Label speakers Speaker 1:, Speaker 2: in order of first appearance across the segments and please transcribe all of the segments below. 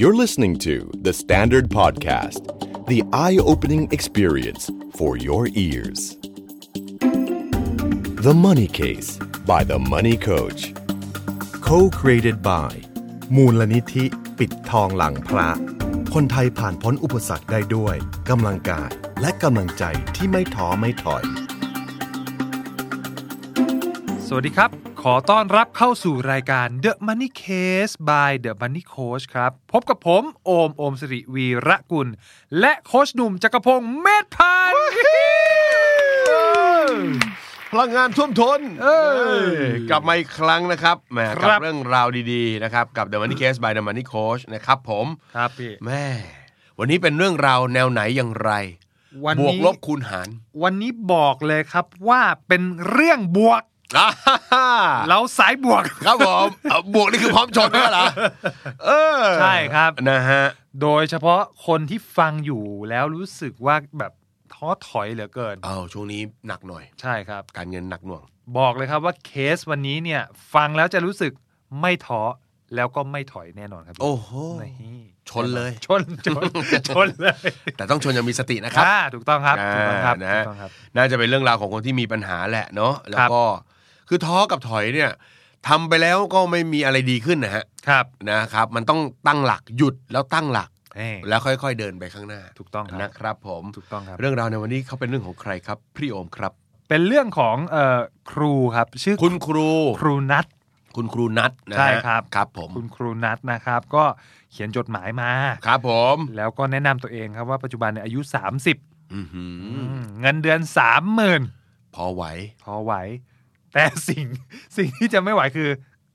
Speaker 1: You're listening to The Standard Podcast, the eye opening experience for your ears. The Money Case by The Money Coach. Co created by มูลนิธิปิดทองหลังพระ คนไทยผ่านพ้นอุปสรรคได้ด้วยกำลังกายและกำลังใจที่ไม่ท้อไม่ถอย
Speaker 2: สวัสดีครับ ขอต้อนรับเข้าสู่รายการ The Money Case by The Money Coach ครับ พบกับผม โอม โอมสิริวีระกุล และโคชหนุ่มจักรพงศ์เมธพันธ์
Speaker 3: พลังงานท่วมทน
Speaker 2: เอ้ย
Speaker 3: กลับมาอีกครั้งนะครับแหม
Speaker 2: ครั
Speaker 3: กับ บเรื่องราวดีๆนะครับกับ The Money Case by The Money Coach นะครับผม
Speaker 2: ครับพี่
Speaker 3: แม่วันนี้เป็นเรื่องราวแนวไหนอย่างไร
Speaker 2: วัน
Speaker 3: บวก
Speaker 2: นี้
Speaker 3: ลบคูณหาร
Speaker 2: วันนี้บอกเลยครับว่าเป็นเรื่องบวก
Speaker 3: อ่าฮ่าฮ่า
Speaker 2: เราสายบวก
Speaker 3: ครับผมเอาบวกนี่คือพร้อมชนด้วยเหรอเออ
Speaker 2: ใช่ครับ
Speaker 3: นะฮะ
Speaker 2: โดยเฉพาะคนที่ฟังอยู่แล้วรู้สึกว่าแบบท้อถอยเหลือเกิน
Speaker 3: เอาช่วงนี้หนักหน่อย
Speaker 2: ใช่ครับ
Speaker 3: การเงินหนักหน่วง
Speaker 2: บอกเลยครับว่าเคสวันนี้เนี่ย ฟังแล้วจะรู้สึกไม่ท้อแล้วก็ไม่ถอยแน่นอนครับพี่
Speaker 3: โอ้โห
Speaker 2: นี่
Speaker 3: ชนเลย
Speaker 2: ชนชนชนเลย
Speaker 3: แต่ต้องชนอยังมีสตินะครับ
Speaker 2: อ่าถูกต้องครับถูกต้องครับ
Speaker 3: อ่านะฮะ
Speaker 2: ถูกต้องครับ
Speaker 3: น่าจะเป็นเรื่องราวของคนที่มีปัญหาแหละเนาะแล้วก็คือท้อกับถอยเนี่ยทำไปแล้วก็ไม่มีอะไรดีขึ้นนะฮะ
Speaker 2: ครับ
Speaker 3: นะครับ มันต้องตั้งหลักหยุดแล้วตั้งหลัก
Speaker 2: เอ้ย
Speaker 3: แล้วค่อยๆเดินไปข้างหน้า
Speaker 2: ถูกต้องครับ
Speaker 3: นะครับ ผม
Speaker 2: ถูกต้องครับ
Speaker 3: เรื่องราวในวันนี้เขาเป็นเรื่องของใครครับพี่โอมครับ
Speaker 2: เป็นเรื่องของเอ่อครูครับ ชื่อ
Speaker 3: คุณครู
Speaker 2: ครูนัท
Speaker 3: คุณครูนัทนะฮะ
Speaker 2: ใช่ครับ
Speaker 3: ครับผม
Speaker 2: คุณครูนัทนะครับ ก็เขียนจดหมายมา
Speaker 3: ครับผม
Speaker 2: แล้วก็แนะนำตัวเองครับว่าปัจจุบันเนี่ยอายุ 30
Speaker 3: อื้อหือ
Speaker 2: อืมเงินเดือน 30,000
Speaker 3: พอไหว
Speaker 2: พอไหว แต่สิ่ง สิ่งที่จะไม่ไหวคือ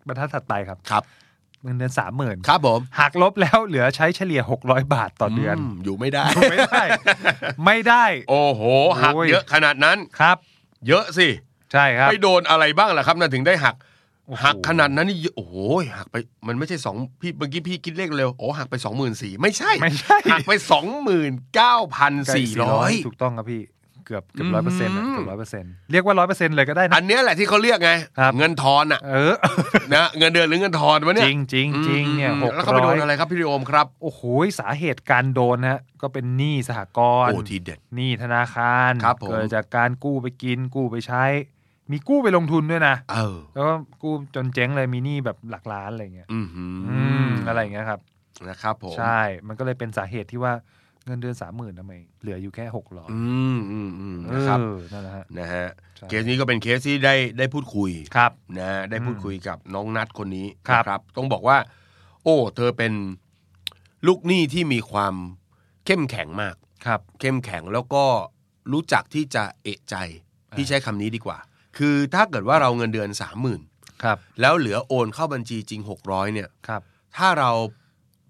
Speaker 2: บรรทัดถัดไปครับ
Speaker 3: ครับ
Speaker 2: เงินเดือนสามหมื่น
Speaker 3: ครับผม
Speaker 2: หักลบแล้วเหลือใช้เฉลี่ย 600 บาทต่อเดือน
Speaker 3: มอยู่ไม่ได้
Speaker 2: ไม่ได้ ไม่ได้
Speaker 3: โอ้โหหัก
Speaker 2: โอ้ย
Speaker 3: เยอะขนาดนั้น
Speaker 2: ครับ
Speaker 3: เยอะสิ
Speaker 2: ใช่ครับ
Speaker 3: ไปโดนอะไรบ้างล่ะครับนั่นถึงได้หัก
Speaker 2: โอ้โห
Speaker 3: หักขนาดนั้นนี่โอ้โหหักไปมันไม่ใช่สองพี่เมื่อกี้พี่คิดเลขเร็วโอ้หักไปสองหมื่นสี่ไม่ใช่
Speaker 2: ไม่ใช่
Speaker 3: หักไปสองหมื่นเก้าพันสี่ร้อย
Speaker 2: ถูกต้องครับพี่ เกือบเกือบ
Speaker 3: อื
Speaker 2: ร้อยเปอร์เซ็นต์
Speaker 3: ม
Speaker 2: เกือบร้อยเปอร์เซ็นต์เรียกว่าร้อยเปอร์เซ็นต์เลยก็ได้นะ
Speaker 3: อันเนี้ยแหละที่เขาเรียกไง
Speaker 2: ครับ
Speaker 3: เงินทอนอ่ะ
Speaker 2: เออ
Speaker 3: นะเงินเดือนหรือเงินทอนวะเนี่
Speaker 2: จ
Speaker 3: ย
Speaker 2: ริงจริงจริงเนี่ย
Speaker 3: อื
Speaker 2: ห
Speaker 3: ม
Speaker 2: ก
Speaker 3: แล้วเขาไป
Speaker 2: ร้
Speaker 3: โด
Speaker 2: อย
Speaker 3: นอะไรครับพี่ริโอมครับ
Speaker 2: โอ้โหสาเหตุการโดนนะฮะก็เป็นหนี้สหกรณ์
Speaker 3: โอ้ทีเด็ด
Speaker 2: หนี้ธนาคาร
Speaker 3: ครับผม
Speaker 2: เกิดจากการกู้ไปกิน กู้ไปใช้ มีกู้ไปลงทุนด้วยนะ
Speaker 3: เออ
Speaker 2: แล้วก็กู้จนเจ๊งเลยมีหนี้แบบหลักล้านอะไรเงี้ย
Speaker 3: อือหืออ
Speaker 2: อืมอะไรเงี้ยครับ
Speaker 3: นะครับผม
Speaker 2: ใช่ มันก็เลยเป็นสาเหตุที่ว่าเงินเดือนสามหมื่นทำไม เหลืออยู่แค่หกร้อย
Speaker 3: อืมอืมอืมนะครับ
Speaker 2: เออนั่นแหละฮะ
Speaker 3: นะฮะ
Speaker 2: ใช่
Speaker 3: เคสนี้ก็เป็นเคสที่ได้ได้พูดคุย
Speaker 2: ครับ
Speaker 3: นะได้พูดคุยกับน้องนัดคนนี้
Speaker 2: ครับ
Speaker 3: นะต้องบอกว่า โอ้ เธอเป็นลูกหนี้ที่มีความเข้มแข็งมาก
Speaker 2: ครับ
Speaker 3: เข้มแข็งแล้วก็รู้จักที่จะเอะใจ
Speaker 2: อ่า
Speaker 3: ที่ใช้คำนี้ดีกว่า คือถ้าเกิดว่าเราเงินเดือนสามหมื่น
Speaker 2: ครับ
Speaker 3: แล้วเหลือโอนเข้าบัญชีจริงหกร้อยเนี่ย
Speaker 2: ครับ
Speaker 3: ถ้าเรา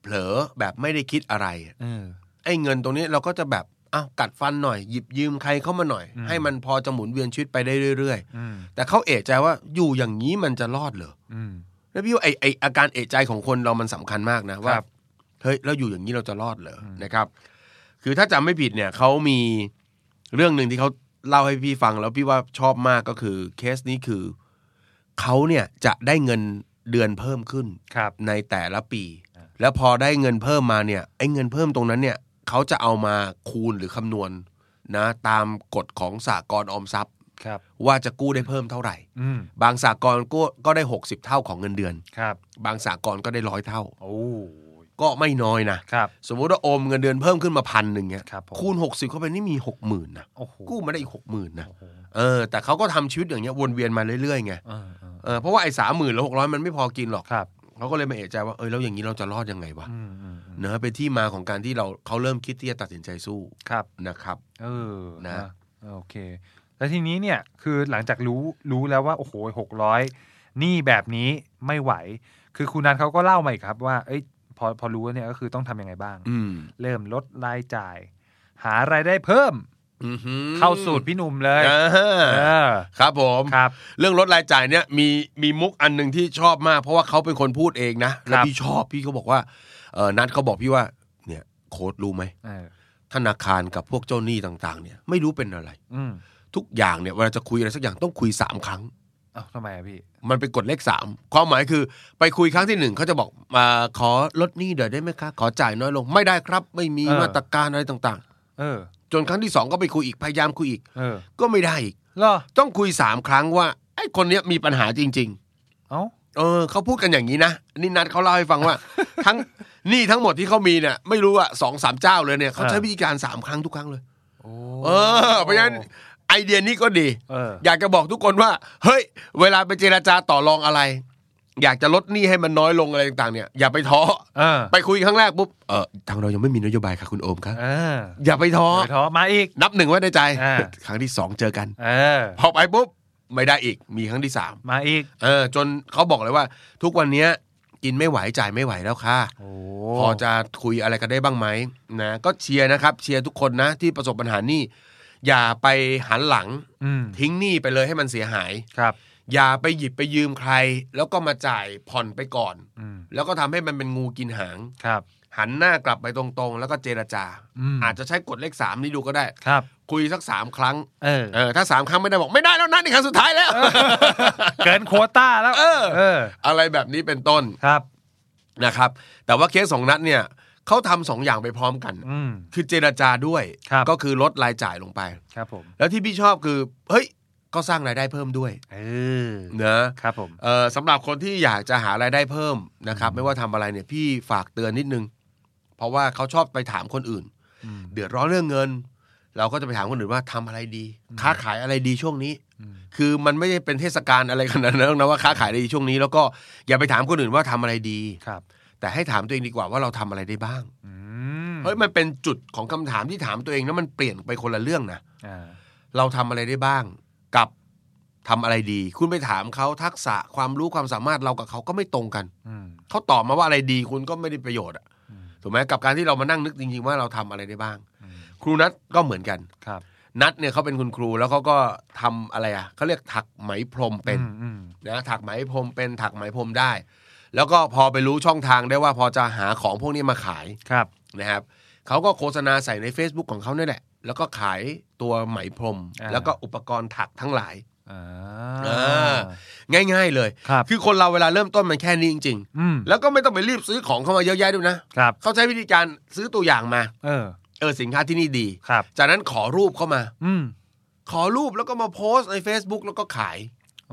Speaker 3: เผลอแบบไม่ได้คิดอะไร
Speaker 2: เออ
Speaker 3: ไอ้เงินตรงนี้เราก็จะแบบอ้าวกัดฟันหน่อยหยิบยืมใครเข้ามาหน่อย
Speaker 2: อืม
Speaker 3: ให้มันพอจะหมุนเวียนชีวิตไปได้เรื่อย
Speaker 2: อืม
Speaker 3: ๆ แต่เขาเอะใจว่าอยู่อย่างนี้มันจะรอดเหรอ
Speaker 2: อืม
Speaker 3: แล้วพี่ว่าไอไออาการเอะใจของคนเรามันสำคัญมากนะว่า
Speaker 2: ครับ
Speaker 3: เฮ้ยเราอยู่อย่างนี้เราจะรอดเหรออ
Speaker 2: ม
Speaker 3: นะครับ คือถ้าจำไม่ผิดเนี่ยเขามีเรื่องหนึ่งที่เขาเล่าให้พี่ฟังแล้วพี่ว่าชอบมากก็คือเคสนี้คือเขาเนี่ยจะได้เงินเดือนเพิ่มขึ้น
Speaker 2: ครับ
Speaker 3: ในแต่ละปี
Speaker 2: อ่า
Speaker 3: แล้วพอได้เงินเพิ่มมาเนี่ยไอ้เงินเพิ่มตรงนั้นเนี่ยเขาจะเอามาคูณหรือคำนวณนะ ตามกฎของสากลออมทรัพย์
Speaker 2: ครับ
Speaker 3: ว่าจะกู้ได้เพิ่มเท่าไหร่
Speaker 2: อืม
Speaker 3: บางสากลก็ก็ได้ 60 เท่าของเงินเดือน
Speaker 2: ครับ
Speaker 3: บางสากลก็ได้ร้อยเท่า
Speaker 2: โอ้ย
Speaker 3: ก็ไม่น้อยนะ
Speaker 2: ครับ
Speaker 3: สมมุติว่าโอมเงินเดือนเพิ่มขึ้นมาพันหนึ่งเงี้ย
Speaker 2: ครับผม
Speaker 3: คูณ 60 เข้าไปนี่มี 6 0,000นะ
Speaker 2: โอ้โห
Speaker 3: กู้มาได้อีก 6 0,000นะ
Speaker 2: โอ้โห
Speaker 3: เออแต่เขาก็ทำชีวิตอย่างเงี้ยวนเวียนมาเรื่อยๆไง
Speaker 2: เออเออ
Speaker 3: เออเพราะว่าไอ้สามหมื่นแล้วหกร้อยมันไม่พอกินหรอก
Speaker 2: ครับ
Speaker 3: เขาก็เลยมาเอะใจว่าเออแล้วอย่างนี้เราจะรอดยังไงวะ
Speaker 2: อืมอืมอืม
Speaker 3: เนอะเป็นที่มาของการที่เราเขาเริ่มคิดที่จะตัดสินใจสู้
Speaker 2: ครับ
Speaker 3: นะครับ
Speaker 2: เออ
Speaker 3: นะ
Speaker 2: นะโอเค แล้วทีนี้เนี่ยคือหลังจากรู้รู้แล้วว่า โอ้โหหกร้อยนี่แบบนี้ไม่ไหว คือคุณนันเขาก็เล่ามาอีกครับว่า เอ้ยพอพอรู้แล้วเนี่ยก็คือต้องทำยังไงบ้าง
Speaker 3: อืม
Speaker 2: เริ่มลดรายจ่าย หารายได้เพิ่ม
Speaker 3: อื้อหือ
Speaker 2: เข้าสูตรพี่หนุ่มเลย
Speaker 3: อ่า
Speaker 2: เออ
Speaker 3: ครับผม
Speaker 2: ครับ
Speaker 3: เรื่องลดรายจ่ายเนี่ยมีมีมุกอันหนึ่งที่ชอบมาก เพราะว่าเขาเป็นคนพูดเองนะแล้ว
Speaker 2: ครับ
Speaker 3: พี่ชอบพี่เขาบอกว่าเออนัดเขาบอกพี่ว่าเนี่ยโค้ดรู้ไหม
Speaker 2: เออ
Speaker 3: ธนาคารกับพวกเจ้าหนี้ต่าง ๆ เนี่ยไม่รู้เป็นอะไร
Speaker 2: อืม
Speaker 3: ทุกอย่างเนี่ยเวลาจะคุยอะไรสักอย่างต้องคุยสามครั้ง
Speaker 2: เอ้าทำไมอะพี่
Speaker 3: มันไปกดเลขสามความหมายคือไปคุยครั้งที่หนึ่งเขาจะบอกมาขอลดหนี้เดี๋ยวได้ไหมคะ ขอจ่ายน้อยลงไม่ได้ครับ ไม่มี
Speaker 2: เออ
Speaker 3: มาตรการอะไรต่าง
Speaker 2: เออ
Speaker 3: ๆ จนครั้งที่สองก็ไปคุยอีกพยายามคุยอีก
Speaker 2: เออ
Speaker 3: ก็ไม่ได้อีก
Speaker 2: เหรอ
Speaker 3: ต้องคุยสามครั้งว่าไอ้คนเนี้ยมีปัญหาจริง
Speaker 2: เอ้า
Speaker 3: ๆ เออเขาพูดกันอย่างนี้นะนี่นัดเขาเล่าให้ฟังว่า ทั้งหนี้ทั้งหมดที่เขามีเนี่ยไม่รู้อะสองสามเจ้าเลยเนี่ยเขาใช้วิธีการสามครั้งทุกครั้งเลย
Speaker 2: โอ้
Speaker 3: เออเพราะฉะนั้นไอเดียนี้ก็ดี
Speaker 2: เออ
Speaker 3: อยากจะบอกทุกคนว่า เฮ้ย เวลาไปเจราจาต่อรองอะไร อยากจะลดหนี้ให้มันน้อยลงอะไรต่างๆเนี่ยอย่าไปท้อ
Speaker 2: เออ
Speaker 3: ไปคุยครั้งแรกปุ๊บเออทางเรายังไม่มีนโยบายค่ะคุณโอมครับ
Speaker 2: เออ
Speaker 3: อย่าไปท้อ
Speaker 2: เดี๋ยวท้อมาอีก
Speaker 3: นับหนึ่งไว้ในใจ
Speaker 2: อ่า
Speaker 3: ครั้งที่สองเจอกัน
Speaker 2: เออ
Speaker 3: พอไปปุ๊บ ไม่ได้อีกมีครั้งที่สาม
Speaker 2: มาอีก
Speaker 3: เออ จนเขาบอกเลยว่า ทุกวันเนี้ยกินไม่ไหวจ่ายไม่ไหวแล้วค่ะ
Speaker 2: โอ้
Speaker 3: พอจะคุยอะไรกันได้บ้างไหมนะก็เชียร์นะครับ เชียร์ทุกคนนะที่ประสบปัญหาหนี้อย่าไปหันหลัง
Speaker 2: อืม
Speaker 3: ทิ้งหนี้ไปเลยให้มันเสียหาย
Speaker 2: ครับ
Speaker 3: อย่าไปหยิบไปยืมใคร แล้วก็มาจ่ายผ่อนไปก่อน
Speaker 2: อืม
Speaker 3: แล้วก็ทำให้มันเป็นงูกินหาง
Speaker 2: ครับ
Speaker 3: หันหน้ากลับไปตรงๆ แล้วก็เจรจา
Speaker 2: อืม
Speaker 3: อาจจะใช้กฎเลขสามนี่ดูก็ได้
Speaker 2: ครับ
Speaker 3: คุยสักสามครั้ง
Speaker 2: เออ
Speaker 3: เออถ้าสามครั้งไม่ได้บอกไม่ได้แล้วนะนี่ครั้งสุดท้ายแล้ว
Speaker 2: เกินโควต้าแล้ว
Speaker 3: เออ
Speaker 2: เออ
Speaker 3: อะไรแบบนี้เป็นต้น
Speaker 2: ครับ
Speaker 3: นะครับ แต่ว่าเคสสองนัดเนี่ยเขาทำสองอย่างไปพร้อมกัน
Speaker 2: อืม
Speaker 3: คือเจรจาด้วย
Speaker 2: ครับ
Speaker 3: ก็คือลดรายจ่ายลงไป
Speaker 2: ครับผม
Speaker 3: แล้วที่พี่ชอบคือเฮ้ยก็สร้างรายได้เพิ่มด้วย
Speaker 2: เออ
Speaker 3: นะครับ
Speaker 2: ผม
Speaker 3: เอ่อสำหรับคนที่อยากจะหารายได้เพิ่มนะครับ ไม่ว่าทำอะไรเนี่ยพี่ฝากเตือนนิดนึง เพราะว่าเขาชอบไปถามคนอื่น
Speaker 2: อืม
Speaker 3: เดือดร้อนเรื่องเงิน เราก็จะไปถามคนอื่นว่าทำอะไรดี ค้าขายอะไรดีช่วงนี้
Speaker 2: อืม
Speaker 3: คือมันไม่ได้เป็นเทศกาลอะไรขนาดนั้นหรอกนะว่าค้าขายอะไรดีช่วงนี้ แล้วก็อย่าไปถามคนอื่นว่าทำอะไรดี
Speaker 2: ครับ
Speaker 3: แต่ให้ถามตัวเองดีกว่าว่าเราทำอะไรได้บ้าง
Speaker 2: อืม
Speaker 3: เฮ้ยมันเป็นจุดของคำถามที่ถามตัวเองแล้วมันเปลี่ยนไปคนละเรื่องนะ
Speaker 2: อ่า
Speaker 3: เราทำอะไรได้บ้าง กับทำอะไรดี คุณไปถามเขาทักษะความรู้ความสามารถเรากับเขาก็ไม่ตรงกัน
Speaker 2: อืม
Speaker 3: เขาตอบมาว่าอะไรดีคุณก็ไม่ได้ประโยชน์อะ
Speaker 2: อืม
Speaker 3: ถูกไหมกับการที่เรามานั่งนึกจริงๆว่าเราทำอะไรได้บ้าง
Speaker 2: อืม
Speaker 3: ครูนัทก็เหมือนกัน
Speaker 2: ครับ
Speaker 3: นัทเนี่ยเขาเป็นคุณครูแล้วเขาก็ทำอะไรอ่ะเขาเรียกถักไหมพรมเป็น
Speaker 2: อืมอืม
Speaker 3: นะถักไหมพรมเป็นถักไหมพรมได้ แล้วก็พอไปรู้ช่องทางได้ว่าพอจะหาของพวกนี้มาขาย
Speaker 2: ครับ
Speaker 3: นะครับเขาก็โฆษณาใส่ใน Facebook ของเขาเนี่ยแหละ แล้วก็ขายตัวไหมพรม
Speaker 2: อ่า
Speaker 3: แล้วก็อุปกรณ์ถักทั้งหลาย
Speaker 2: อ่า
Speaker 3: เออ ง่าย ๆ เลย
Speaker 2: ครับ
Speaker 3: คือคนเราเวลาเริ่มต้นมันแค่นี้จริง
Speaker 2: อืม
Speaker 3: ๆ แล้วก็ไม่ต้องไปรีบซื้อของเข้ามาเยอะแยะด้วยนะครับ เขาใช้วิธีการซื้อตัวอย่างมา
Speaker 2: เออ
Speaker 3: เออสินค้าที่นี่ดี
Speaker 2: ครับ
Speaker 3: จากนั้นขอรูปเข้ามา
Speaker 2: อืม
Speaker 3: ขอรูปแล้วก็มาโพสต์ใน Facebook แล้วก็ขาย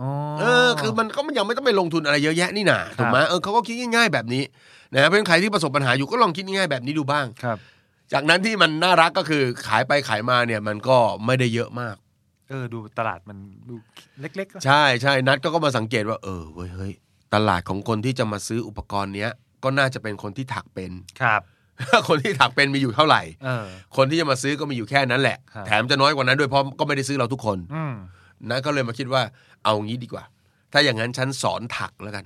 Speaker 2: อ๋อ
Speaker 3: เออคือมันก็มันยังไม่ต้องไปลงทุนอะไรเยอะแยะนี่นาถูกไหมเออเขาก็คิดง่ายๆแบบนี้นะเพราะฉะนั้นใครที่ประสบปัญหาอยู่ก็ลองคิดง่ายๆแบบนี้ดูบ้าง
Speaker 2: ครับ
Speaker 3: จากนั้นที่มันน่ารักก็คือขายไปขายมาเนี่ยมันก็ไม่ได้เยอะมาก
Speaker 2: เออ ดูตลาดมันดูเล็กๆก็
Speaker 3: ใช่ใช่นัดก็ก็มาสังเกตว่า เออเว้ยเฮ้ยตลาดของคนที่จะมาซื้ออุปกรณ์เนี้ยก็น่าจะเป็นคนที่ถักเป็น
Speaker 2: ครับ
Speaker 3: คนที่ถักเป็นมีอยู่เท่าไหร่
Speaker 2: เออ
Speaker 3: คนที่จะมาซื้อก็มีอยู่แค่นั้นแหละ
Speaker 2: ครับ
Speaker 3: แถมจะน้อยกว่านั้นด้วยเพราะก็ไม่ได้ซื้อเราทุกคน
Speaker 2: อืม
Speaker 3: นะก็เลยมาคิดว่าเอางี้ดีกว่า ถ้าอย่างนั้นฉันสอนถักแล้วกัน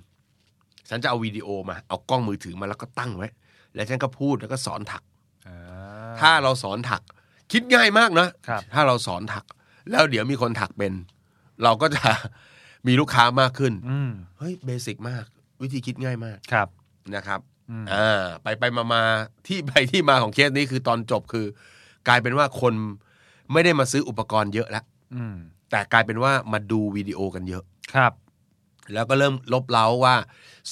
Speaker 3: ฉันจะเอาวิดีโอมา เอากล้องมือถือมาแล้วก็ตั้งไว้ แล้วฉันก็พูดแล้วก็สอนถัก
Speaker 2: อ่า
Speaker 3: ถ้าเราสอนถักคิดง่ายมากนะครับ ถ้าเราสอนถัก แล้วเดี๋ยวมีคนถักเป็น เราก็จะ มีลูกค้ามากขึ้น
Speaker 2: อืม
Speaker 3: เฮ้ยเบสิกมาก วิธีคิดง่ายมาก
Speaker 2: ครับ
Speaker 3: นะครับ
Speaker 2: อืม
Speaker 3: อ่าไปไปมามาที่ไปที่มาของเคสนี้คือตอนจบคือ กลายเป็นว่าคนไม่ได้มาซื้ออุปกรณ์เยอะแล้ว
Speaker 2: อืม
Speaker 3: แต่กลายเป็นว่ามาดูวิดีโอกันเยอะ
Speaker 2: ครับ
Speaker 3: แล้วก็เริ่มลบเล้าว่า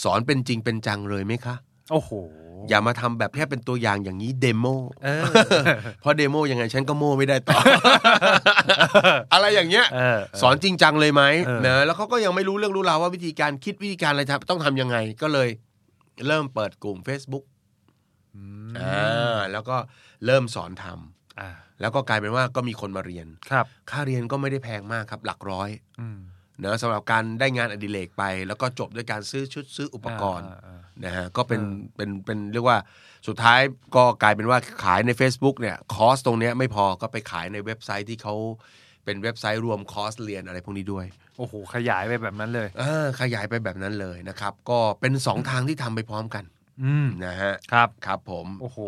Speaker 3: สอนเป็นจริงเป็นจังเลยไหมคะ
Speaker 2: โอ้โห
Speaker 3: อย่ามาทำแบบแค่เป็นตัวอย่างอย่างนี้เดโม
Speaker 2: เอ อ
Speaker 3: เพราะเดโมยังไงฉันก็โม่ไม่ได้ต่อ อะไรอย่างเงี้ย
Speaker 2: เออ
Speaker 3: สอนจริงจังเลยไหม
Speaker 2: เออ
Speaker 3: นะแล้วเขาก็ยังไม่รู้เรื่องรู้ราวว่าวิธีการคิดวิธีการอะไรทำต้องทำยังไงก็เลย เริ่มเปิดกลุ่ม Facebook
Speaker 2: อืม
Speaker 3: อ่าแล้วก็เริ่มสอนทำ
Speaker 2: อ่า
Speaker 3: แล้วก็กลายเป็นว่าก็มีคนมาเรียน
Speaker 2: ครับ
Speaker 3: ค่าเรียนก็ไม่ได้แพงมากครับหลักร้อย
Speaker 2: อืม
Speaker 3: เนอะสำหรับการได้งานอดิเรกไป แล้วก็จบด้วยการซื้อชุดซื้ออุปกรณ์
Speaker 2: าอ่า
Speaker 3: นะฮะก็เป็น
Speaker 2: เออ
Speaker 3: เป็นเป็นเรียกว่าสุดท้ายก็กลายเป็นว่าขายใน Facebook เนี่ยคอร์สตรงเนี้ยไม่พอก็ไปขายในเว็บไซต์ที่เขาเป็นเว็บไซต์รวมคอร์สเรียนอะไรพวกนี้ด้วย
Speaker 2: โอ้โห ขยายไปแบบนั้นเลย
Speaker 3: เออขยายไปแบบนั้นเลยนะครับ ก็เป็น 2 ทางที่ทำไปพร้อมกัน
Speaker 2: อืม
Speaker 3: นะฮะ
Speaker 2: ครับ
Speaker 3: ครับผม
Speaker 2: โอ้โห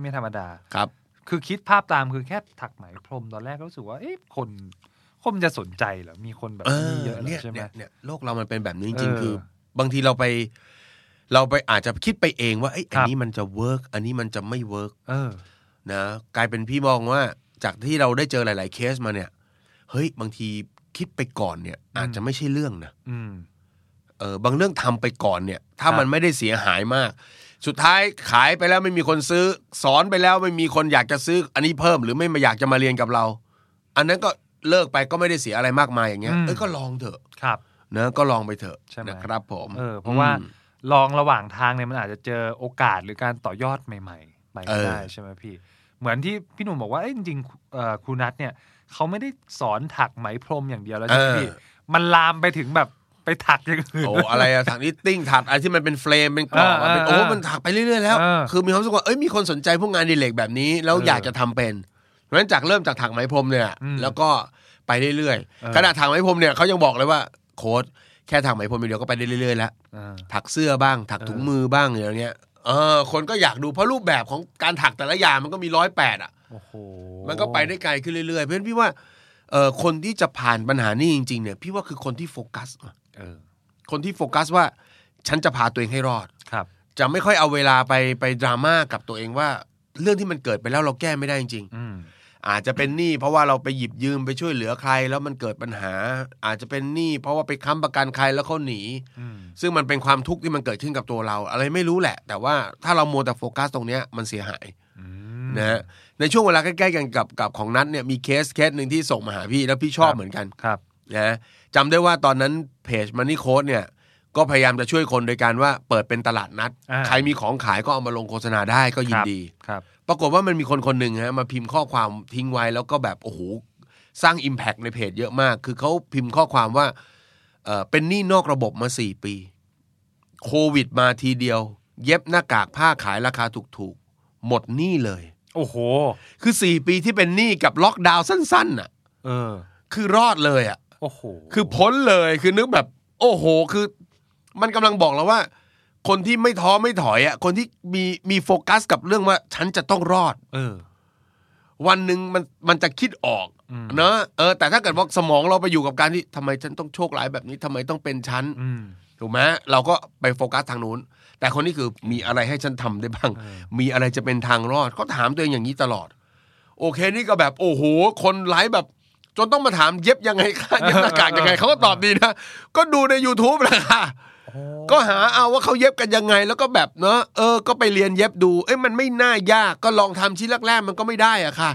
Speaker 2: ไม่ธรรมดา
Speaker 3: ครับ
Speaker 2: คือคิดภาพตามคือแค่ถักไหมพรมตอนแรกก็รู้สึกว่า เอ๊ะ คน คนมันจะสนใจเหรอ มีคนแบบ
Speaker 3: เอ
Speaker 2: นี้
Speaker 3: อ
Speaker 2: เยอะเหร
Speaker 3: เนี่
Speaker 2: อย ใช่ไหม
Speaker 3: เนี่ยเนี่ยโลกเรามันเป็นแบบนี้จริง
Speaker 2: เออ
Speaker 3: ๆคือบางทีเราไป เราไปอาจจะคิดไปเองว่าเอ้ยอัน
Speaker 2: ครับ
Speaker 3: นี้มันจะเวิร์กอันนี้มันจะไม่เวิร์ก
Speaker 2: เออ
Speaker 3: นะกลายเป็นพี่มองว่าจากที่เราได้เจอหลาย ๆ เคสมาเนี่ย เฮ้ย บางที คิดไปก่อนเนี่ยอาจจะไม่ใช่เรื่องนะ
Speaker 2: อืม
Speaker 3: เออบางเรื่องทำไปก่อนเนี่ย ถ้า
Speaker 2: ครับ
Speaker 3: มันไม่ได้เสียหายมาก สุดท้ายขายไปแล้วไม่มีคนซื้อ สอนไปแล้วไม่มีคนอยากจะซื้อ อันนี้เพิ่มหรือไม่มาอยากจะมาเรียนกับเรา อันนั้นก็เลิกไปก็ไม่ได้เสียอะไรมากมายอย่างเงี้ย
Speaker 2: อืม
Speaker 3: เอ้ยก็ลองเถอะ
Speaker 2: ครับ
Speaker 3: นะก็ลองไปเถอะ
Speaker 2: ใช่ไหม
Speaker 3: นะครับผม
Speaker 2: เออเพราะว่า
Speaker 3: อืม
Speaker 2: ลองระหว่างทางเนี่ยมันอาจจะเจอโอกาสหรือการต่อยอดใหม่ๆไป
Speaker 3: เอ
Speaker 2: ก็
Speaker 3: อ
Speaker 2: ได้ใช่ไหมพี่ เหมือนที่พี่หนุ่มบอกว่าเอ้ยจริงๆเอ่อครูนัทเนี่ยเขาไม่ได้สอนถักไหมพรมอย่างเดียวแล้วใช่ไหมพี่มันลามไปถึงแบบไปถักอย่างอื่น
Speaker 3: โอ้อะไรอะถักนิตติ้งถักอะไรที่มันเป็นเฟรมเป็นกรอบ
Speaker 2: เออ
Speaker 3: อะเป็น
Speaker 2: เออ
Speaker 3: โอ้มันถักไปเรื่อยๆแล้ว
Speaker 2: เออ
Speaker 3: คือมีความรู้สึกว่าเอ้ยมีคนสนใจพวกงานอดีเลกแบบนี้แล้ว
Speaker 2: เอออ
Speaker 3: อยากจะทำเป็นเพราะฉะนั้นจากเริ่มจากถักไหมพรมเนี่ย
Speaker 2: อืม
Speaker 3: แล้วก็ไปเรื่อย
Speaker 2: เออ
Speaker 3: ๆขณะถักไหมพรมเนี่ยเขายังบอกเลยว่าโค้ดแค่ถักไหมพรมอย่างเดียวก็ไปได้เรื่อยๆแล้ว
Speaker 2: เออ
Speaker 3: ถักเสื้อบ้าง ถัก
Speaker 2: เออ
Speaker 3: ถุงมือบ้างอย่างเงี้ยเออคนก็อยากดูเพราะรูปแบบของการถักแต่ละอย่างมันก็มีร้อยแปดอ่ะ
Speaker 2: โอ้โห
Speaker 3: มันก็ไปได้ไกลขึ้นเรื่อยๆเพราะฉะนั้นพี่ว่าเอ่อคนที่จะผ่านปัญหานี้จริงๆเนี่ยพี่ว่าคือคนที่โฟกัสอะ
Speaker 2: เออ
Speaker 3: คนที่โฟกัสว่าฉันจะพาตัวเองให้รอด
Speaker 2: ครับ
Speaker 3: จะไม่ค่อยเอาเวลาไปไปดราม่ากับตัวเองว่า เรื่องที่มันเกิดไปแล้วเราแก้ไม่ได้จริง
Speaker 2: อืม
Speaker 3: ๆ อาจจะเป็นหนี้เพราะว่าเราไปหยิบยืมไปช่วยเหลือใคร แล้วมันเกิดปัญหา อาจจะเป็นหนี้เพราะว่าไปค้ำประกันใครแล้วเขาหนี
Speaker 2: อืม
Speaker 3: ซึ่งมันเป็นความทุกข์ที่มันเกิดขึ้นกับตัวเรา อะไรไม่รู้แหละ แต่ว่าถ้าเรามัวแต่โฟกัสตรงเนี้ยมันเสียหาย
Speaker 2: อืม
Speaker 3: นะฮะในช่วงเวลาใกล้ๆกันกับกับของนัทเนี่ยมีเคสเคสหนึ่งที่ส่งมาหาพี่แล้วพี่ชอ
Speaker 2: ค
Speaker 3: บ
Speaker 2: รับ
Speaker 3: เหมือนกัน
Speaker 2: ครับ
Speaker 3: นะจำได้ว่าตอนนั้นเพจมันนี่โค้ดเนี่ย ก็พยายามจะช่วยคนโดยการว่าเปิดเป็นตลาดนัด
Speaker 2: อ่า
Speaker 3: ใครมีของขายก็เอามาลงโฆษณาได้ก็ยินดี
Speaker 2: ครับ
Speaker 3: ปรากฏว่ามันมีคนคนหนึ่งฮะมาพิมพ์ข้อความทิ้งไว้แล้วก็แบบ โอ้โห สร้าง Impact ในเพจเยอะมาก คือเขาพิมพ์ข้อความว่าเอ่อเป็นหนี้นอกระบบมา 4 ปี โควิดมาทีเดียว เย็บหน้ากากผ้าขายราคาถูกๆ หมดหนี้เลย
Speaker 2: โอ้โห
Speaker 3: คือ 4 ปีที่เป็นหนี้กับล็อกดาวน์สั้นๆน่ะ
Speaker 2: เออ
Speaker 3: คือรอดเลยอ่ะ
Speaker 2: โอ้โห
Speaker 3: คือพ้นเลยคือนึกแบบ โอ้โห คือ มันกำลังบอกเราว่า คนที่ไม่ท้อไม่ถอยอ่ะคนที่มีมีโฟกัสกับเรื่องว่า ฉันจะต้องรอด
Speaker 2: เออ
Speaker 3: วันหนึ่งมันมันจะคิดออก
Speaker 2: อืม
Speaker 3: เนอะเออ แต่ถ้าเกิดว่าสมองเราไปอยู่กับการที่ทำไมฉันต้องโชคร้ายแบบนี้ทำไมต้องเป็นฉัน
Speaker 2: อืม
Speaker 3: ถูกไหมเราก็ไปโฟกัสทางนู้น แต่คนนี้คือมีอะไรให้ฉันทำได้บ้าง
Speaker 2: เออ
Speaker 3: มีอะไรจะเป็นทางรอดเขาถามตัวเองอย่างนี้ตลอด โอเคนี่ก็แบบโอ้โหคนไลฟ์แบบ จนต้องมาถามเย็บยังไงคะเย็บหน้ากากยังไงเขาก็ตอบดีนะ ก็ดูใน YouTube แหละค่ะ
Speaker 2: โอ้
Speaker 3: ก็หาเอาว่าเขาเย็บกันยังไง แล้วก็แบบเนอะเออ ก็ไปเรียนเย็บดู เอ้ยมันไม่น่ายากก็ลองทำชิ้นแรกๆ มันก็ไม่ได้อะค่ะ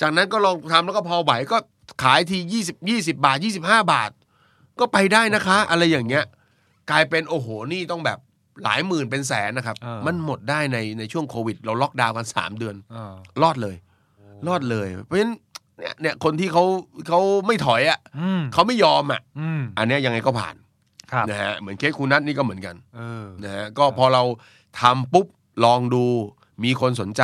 Speaker 3: จากนั้นก็ลองทำแล้วก็พอไหวก็ขายที20 20 บาท 25 บาท ก็ไปได้นะคะ อะไรอย่างเงี้ย กลายเป็นโอ้โหนี่ต้องแบบหลายหมื่นเป็นแสนนะครับ
Speaker 2: เออ
Speaker 3: มันหมดได้ในในช่วงโควิด เราล็อกดาวน์กันสามเดือน
Speaker 2: เออ
Speaker 3: รอดเลย รอดเลย เพราะฉะนั้นเนี่ยเนี่ยคนที่เขาเขาไม่ถอยอ่ะ
Speaker 2: อืม
Speaker 3: เขาไม่ยอมอ่ะ
Speaker 2: อืม
Speaker 3: อันเนี้ยยังไงก็ผ่าน
Speaker 2: ครับ
Speaker 3: นะฮะเหมือนเคสคุณนัทนี่ก็เหมือนกัน
Speaker 2: เออ
Speaker 3: นะฮะก็พอเราทำปุ๊บ ลองดูมีคนสนใจ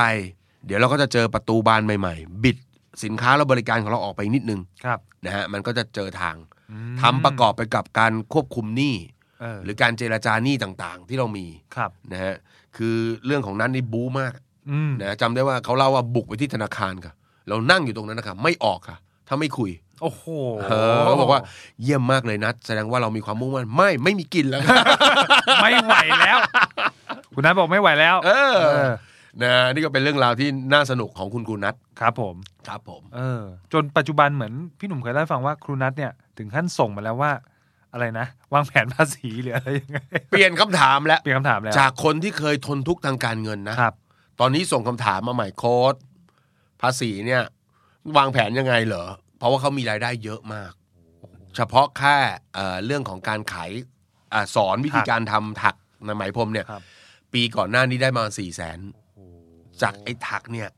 Speaker 3: เดี๋ยวเราก็จะเจอประตูบานใหม่ ๆ บิดสินค้าและบริการของเราออกไปอีกนิดนึง
Speaker 2: ครับ
Speaker 3: นะฮะมันก็จะเจอทาง
Speaker 2: อืม
Speaker 3: ทำประกอบไปกับการควบคุมหนี้
Speaker 2: เออ
Speaker 3: หรือการเจราจาหนี้ต่างๆ ที่เรามี
Speaker 2: ครับ
Speaker 3: นะฮะคือเรื่องของนั้นนี่บู๊มาก
Speaker 2: อืม
Speaker 3: นะฮะจำได้ว่าเขาเล่าว่าบุกไปที่ธนาคารค่ะ เรานั่งอยู่ตรงนั้นนะคะไม่ออกค่ะ ถ้าไม่คุย
Speaker 2: โอ้โห
Speaker 3: เออเขาบอกว่าเยี่ยมมากเลยนัดแสดงว่าเรามีความมุ่งมั่นไม่ไม่มีกินแล้ว
Speaker 2: ไม่ไหว แล้ว คุณนัทบอกไม่ไหวแล้ว
Speaker 3: เออ
Speaker 2: เอ
Speaker 3: นะนี่ก็เป็นเรื่องราวที่น่าสนุกของคุณกูนัท
Speaker 2: ครับผม
Speaker 3: ครับผม
Speaker 2: เออ จนปัจจุบันเหมือนพี่หนุ่มเคยเล่าให้ฟังว่าครูนัทเนี่ย ถึงขั้นส่งมาแล้วว่า อะไรนะ วางแผนภาษีหรืออะไรยังไง
Speaker 3: เปลี่ยนคำถามแล้ว
Speaker 2: เปลี่ยนคำถามแล้ว
Speaker 3: จากคนที่เคยทนทุกข์ทางการเงินนะ
Speaker 2: ครับ
Speaker 3: ตอนนี้ส่งคำถามมาใหม่โค้ดภาษีเนี่ย วางแผนยังไงเหรอ เพราะว่าเขามีรายได้เยอะมาก เฉพาะแค่เอ่อเรื่องของการขายอ่าสอนวิธี
Speaker 2: ครับ
Speaker 3: การทำถักในไหมพรมเนี่ย
Speaker 2: ครับ
Speaker 3: ปีก่อนหน้านี้ได้มาสี่แสนจากไอ้ถักเนี่ย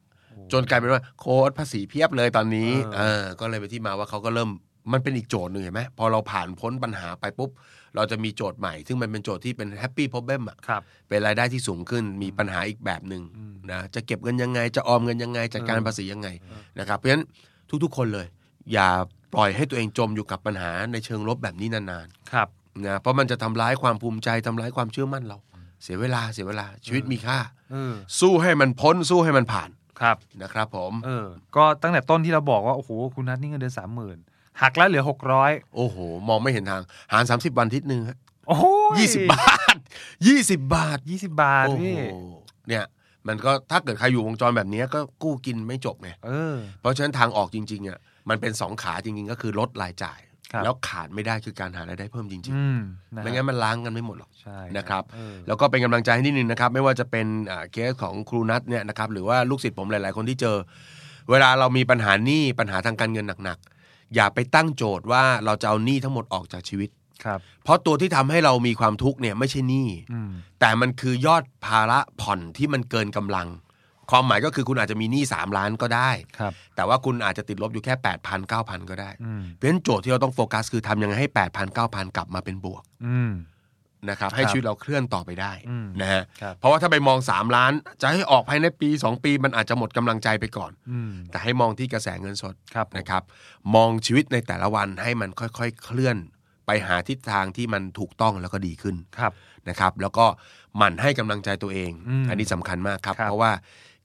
Speaker 3: จนกลายเป็นว่าโค้ดภาษีเพียบเลยตอนนี้ เออ ก็เลยไปนที่มาว่าเขาก็เริ่มมันเป็นอีกโจทย์หนึ่งเห็นไหมพอเราผ่านพ้นปัญหาไปปุ๊บ เราจะมีโจทย์ใหม่ ซึ่งมันเป็นโจทย์ที่เป็นแฮปปี้พ o บเบมอะ
Speaker 2: ครับ
Speaker 3: เป็นรายได้ที่สูงขึ้นมีปัญหาอีกแบบหนึ่ง
Speaker 2: อืม
Speaker 3: นะจะเก็บเงินยังไง จะออมเงินยังไงจัดการ
Speaker 2: เออ
Speaker 3: ภาษียังไงนะครับเพราะฉะนั้นทุกๆ คนเลย อย่าปล่อยให้ตัวเองจมอยู่กับปัญหาในเชิงลบแบบนี้นานๆ
Speaker 2: ครับ
Speaker 3: นะเพราะมันจะทำร้ายความภูมิใจทำร้ายความเชื่อมั่นเรา เสียเวลาเสียเวลาชีวิตมีค่า
Speaker 2: เออ
Speaker 3: สู้ให้มันพ้นสู้ให้มันผ่าน
Speaker 2: ครับ
Speaker 3: นะครับผม
Speaker 2: เออ ก็ตั้งแต่ต้นที่เราบอกว่าโอ้โหคุณนัทนี่เงินเดือนสามหมื่นหักแล้วเหลือหกร้อย
Speaker 3: โอ้โห มองไม่เห็นทาง หาร 30 วันทิศหนึ่งฮะ
Speaker 2: โอ้
Speaker 3: ยี่สิบบาทยี่สิบบาท
Speaker 2: ยี่สิบบาท
Speaker 3: โอ้โห
Speaker 2: พี่
Speaker 3: เนี่ยมันก็ถ้าเกิดใครอยู่วงจรแบบนี้ก็กู้กินไม่จบไง
Speaker 2: เออ
Speaker 3: เพราะฉะนั้นทางออกจริงๆอ่ะมันเป็นสองขาจริงๆ ก็คือลดรายจ่าย
Speaker 2: ครับ
Speaker 3: แล้วขาดไม่ได้คือการหารายได้เพิ่มจริง
Speaker 2: อืม
Speaker 3: ๆ
Speaker 2: นะ
Speaker 3: ไม่งั้นมันล้างกันไม่หมดหรอก
Speaker 2: ใช่
Speaker 3: นะครับ
Speaker 2: เออ
Speaker 3: แล้วก็เป็นกำลังใจให้นิดนึงนะครับ ไม่ว่าจะเป็นอ่าเคสของครูนัทเนี่ยนะครับหรือว่าลูกศิษย์ผมหลาย ๆ คนที่เจอ เวลาเรามีปัญหาหนี้ปัญหาทางการเงินหนักๆ อย่าไปตั้งโจทย์ว่าเราจะเอาหนี้ทั้งหมดออกจากชีวิต
Speaker 2: ครับ
Speaker 3: เพราะตัวที่ทำให้เรามีความทุกข์เนี่ยไม่ใช่หนี้
Speaker 2: อืม
Speaker 3: แต่มันคือยอดภาระผ่อนที่มันเกินกำลัง ความหมายก็คือคุณอาจจะมีหนี้3ล้านก็ได้
Speaker 2: ครับ
Speaker 3: แต่ว่าคุณอาจจะติดลบอยู่แค่ 8 0 0 0 9 0 0 ก็ได้
Speaker 2: อืม
Speaker 3: เพราะฉะนั้นโจทย์ที่เราต้องโฟกัสคือทำยังไงให้ 8 0 0 0 9 0 0 กลับมาเป็นบวก
Speaker 2: อืม
Speaker 3: นะครับให้
Speaker 2: ครับ
Speaker 3: ชีวิตเราเคลื่อนต่อไปได้
Speaker 2: อืม
Speaker 3: นะฮะ
Speaker 2: ครับ
Speaker 3: เพราะว่าถ้าไปมอง 3 ล้าน จะให้ออกภายในปี 2 ปีมันอาจจะหมดกำลังใจไปก่อน
Speaker 2: อืม
Speaker 3: แต่ให้มองที่กระแสเงินสด
Speaker 2: ครับผม
Speaker 3: นะครับ มองชีวิตในแต่ละวันให้มันค่อยๆ เคลื่อน ไปหาทิศทางที่มันถูกต้องแล้วก็ดีขึ้น
Speaker 2: ครับ
Speaker 3: นะครับ แล้วก็หมั่นให้กำลังใจตัวเอง
Speaker 2: อืม
Speaker 3: อันนี้สำคัญมากครับ
Speaker 2: ครับ
Speaker 3: เพราะว่า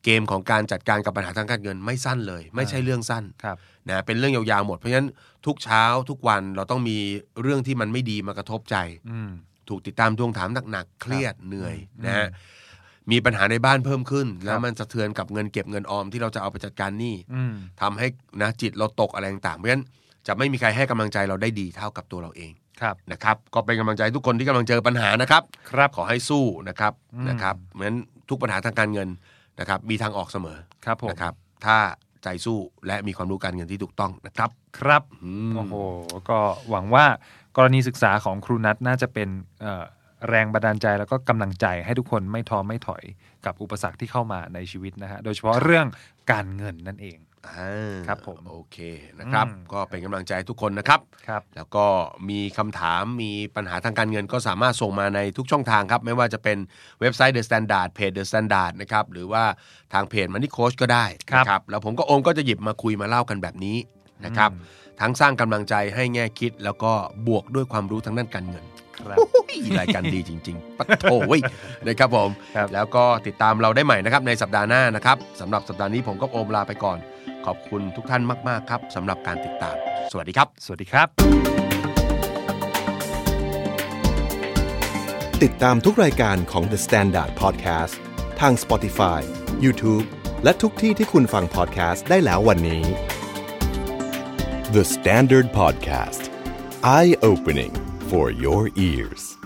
Speaker 3: เกมของการจัดการกับปัญหาทางการเงินไม่สั้นเลย ไม่ใช่
Speaker 2: อ่า
Speaker 3: เรื่องสั้น
Speaker 2: ครับ
Speaker 3: นะเป็นเรื่องยาวๆหมดเพราะฉะนั้นทุกเช้าทุกวันเราต้องมีเรื่องที่มันไม่ดีมากระทบใจ
Speaker 2: อืม
Speaker 3: ถูกติดตามทวงถามหนักๆ เครียดเหนื่อย
Speaker 2: อืม
Speaker 3: นะฮะมีปัญหาในบ้านเพิ่มขึ้น
Speaker 2: ครับ
Speaker 3: แล้วมันสะเทือนกับเงินเก็บเงินออมที่เราจะเอาไปจัดการหนี้
Speaker 2: อืม
Speaker 3: ทำให้นะจิตเราตกอะไรต่างๆเพราะฉะนั้นจะไม่มีใครให้กำลังใจเราได้ดีเท่ากับตัวเราเอง
Speaker 2: ครับ
Speaker 3: นะครับ ก็เป็นกำลังใจทุกคนที่กำลังเจอปัญหานะครับ
Speaker 2: ครับ
Speaker 3: ขอให้สู้นะครับ
Speaker 2: อืม
Speaker 3: นะครับเพราะฉะนั้นทุกปัญหาทางการเงินนะครับมีทางออกเสมอ
Speaker 2: ครับผม
Speaker 3: นะครับ ถ้าใจสู้และมีความรู้การเงินที่ถูกต้องนะครับ
Speaker 2: ครับ
Speaker 3: อืม
Speaker 2: โอ้โห ก็หวังว่ากรณีศึกษาของครูนัทน่าจะเป็นเอ่อแรงบันดาลใจแล้วก็กำลังใจให้ทุกคนไม่ท้อไม่ถอยกับอุปสรรคที่เข้ามาในชีวิตนะฮะ โดยเฉพาะเรื่องการเงินนั่นเอง
Speaker 3: อ่า
Speaker 2: ครับผม
Speaker 3: โอเคนะครับ
Speaker 2: อืม
Speaker 3: ก็เป็นกำลังใจให้ทุกคนนะครับ
Speaker 2: ครับ
Speaker 3: แล้วก็มีคำถามมีปัญหาทางการเงินก็สามารถส่งมาในทุกช่องทางครับ ไม่ว่าจะเป็นเว็บไซต์ The Standard เพจ The Standard นะครับ หรือว่าทางเพจมันนี่โค้ชก็ได้นะค
Speaker 2: ครั
Speaker 3: รับบ แล้วผมก็โอมก็จะหยิบมาคุยมาเล่ากันแบบนี้นะครับ
Speaker 2: อืม
Speaker 3: ทั้งสร้างกำลังใจให้แง่คิด แล้วก็บวกด้วยความรู้ทางด้านการเงิน
Speaker 2: ครับ
Speaker 3: โอ้ยรายการดีจริง ๆ ปัดโถเว้ ยนะครับผม
Speaker 2: ครับ
Speaker 3: แล้วก็ติดตามเราได้ใหม่นะครับในสัปดาห์หน้านะครับสำหรับสัปดาห์นี้ผมกับโอมลาไปก่อน ขอบคุณทุกท่านมากๆครับสำหรับการติดตาม สวัสดีครับ
Speaker 2: สวัสดีครับ
Speaker 1: ติดตามทุกรายการของ The Standard Podcast ทาง Spotify, YouTube และทุกที่ที่คุณฟัง podcast ได้แล้ววันนี้ The Standard Podcast Eye Opening for Your Ears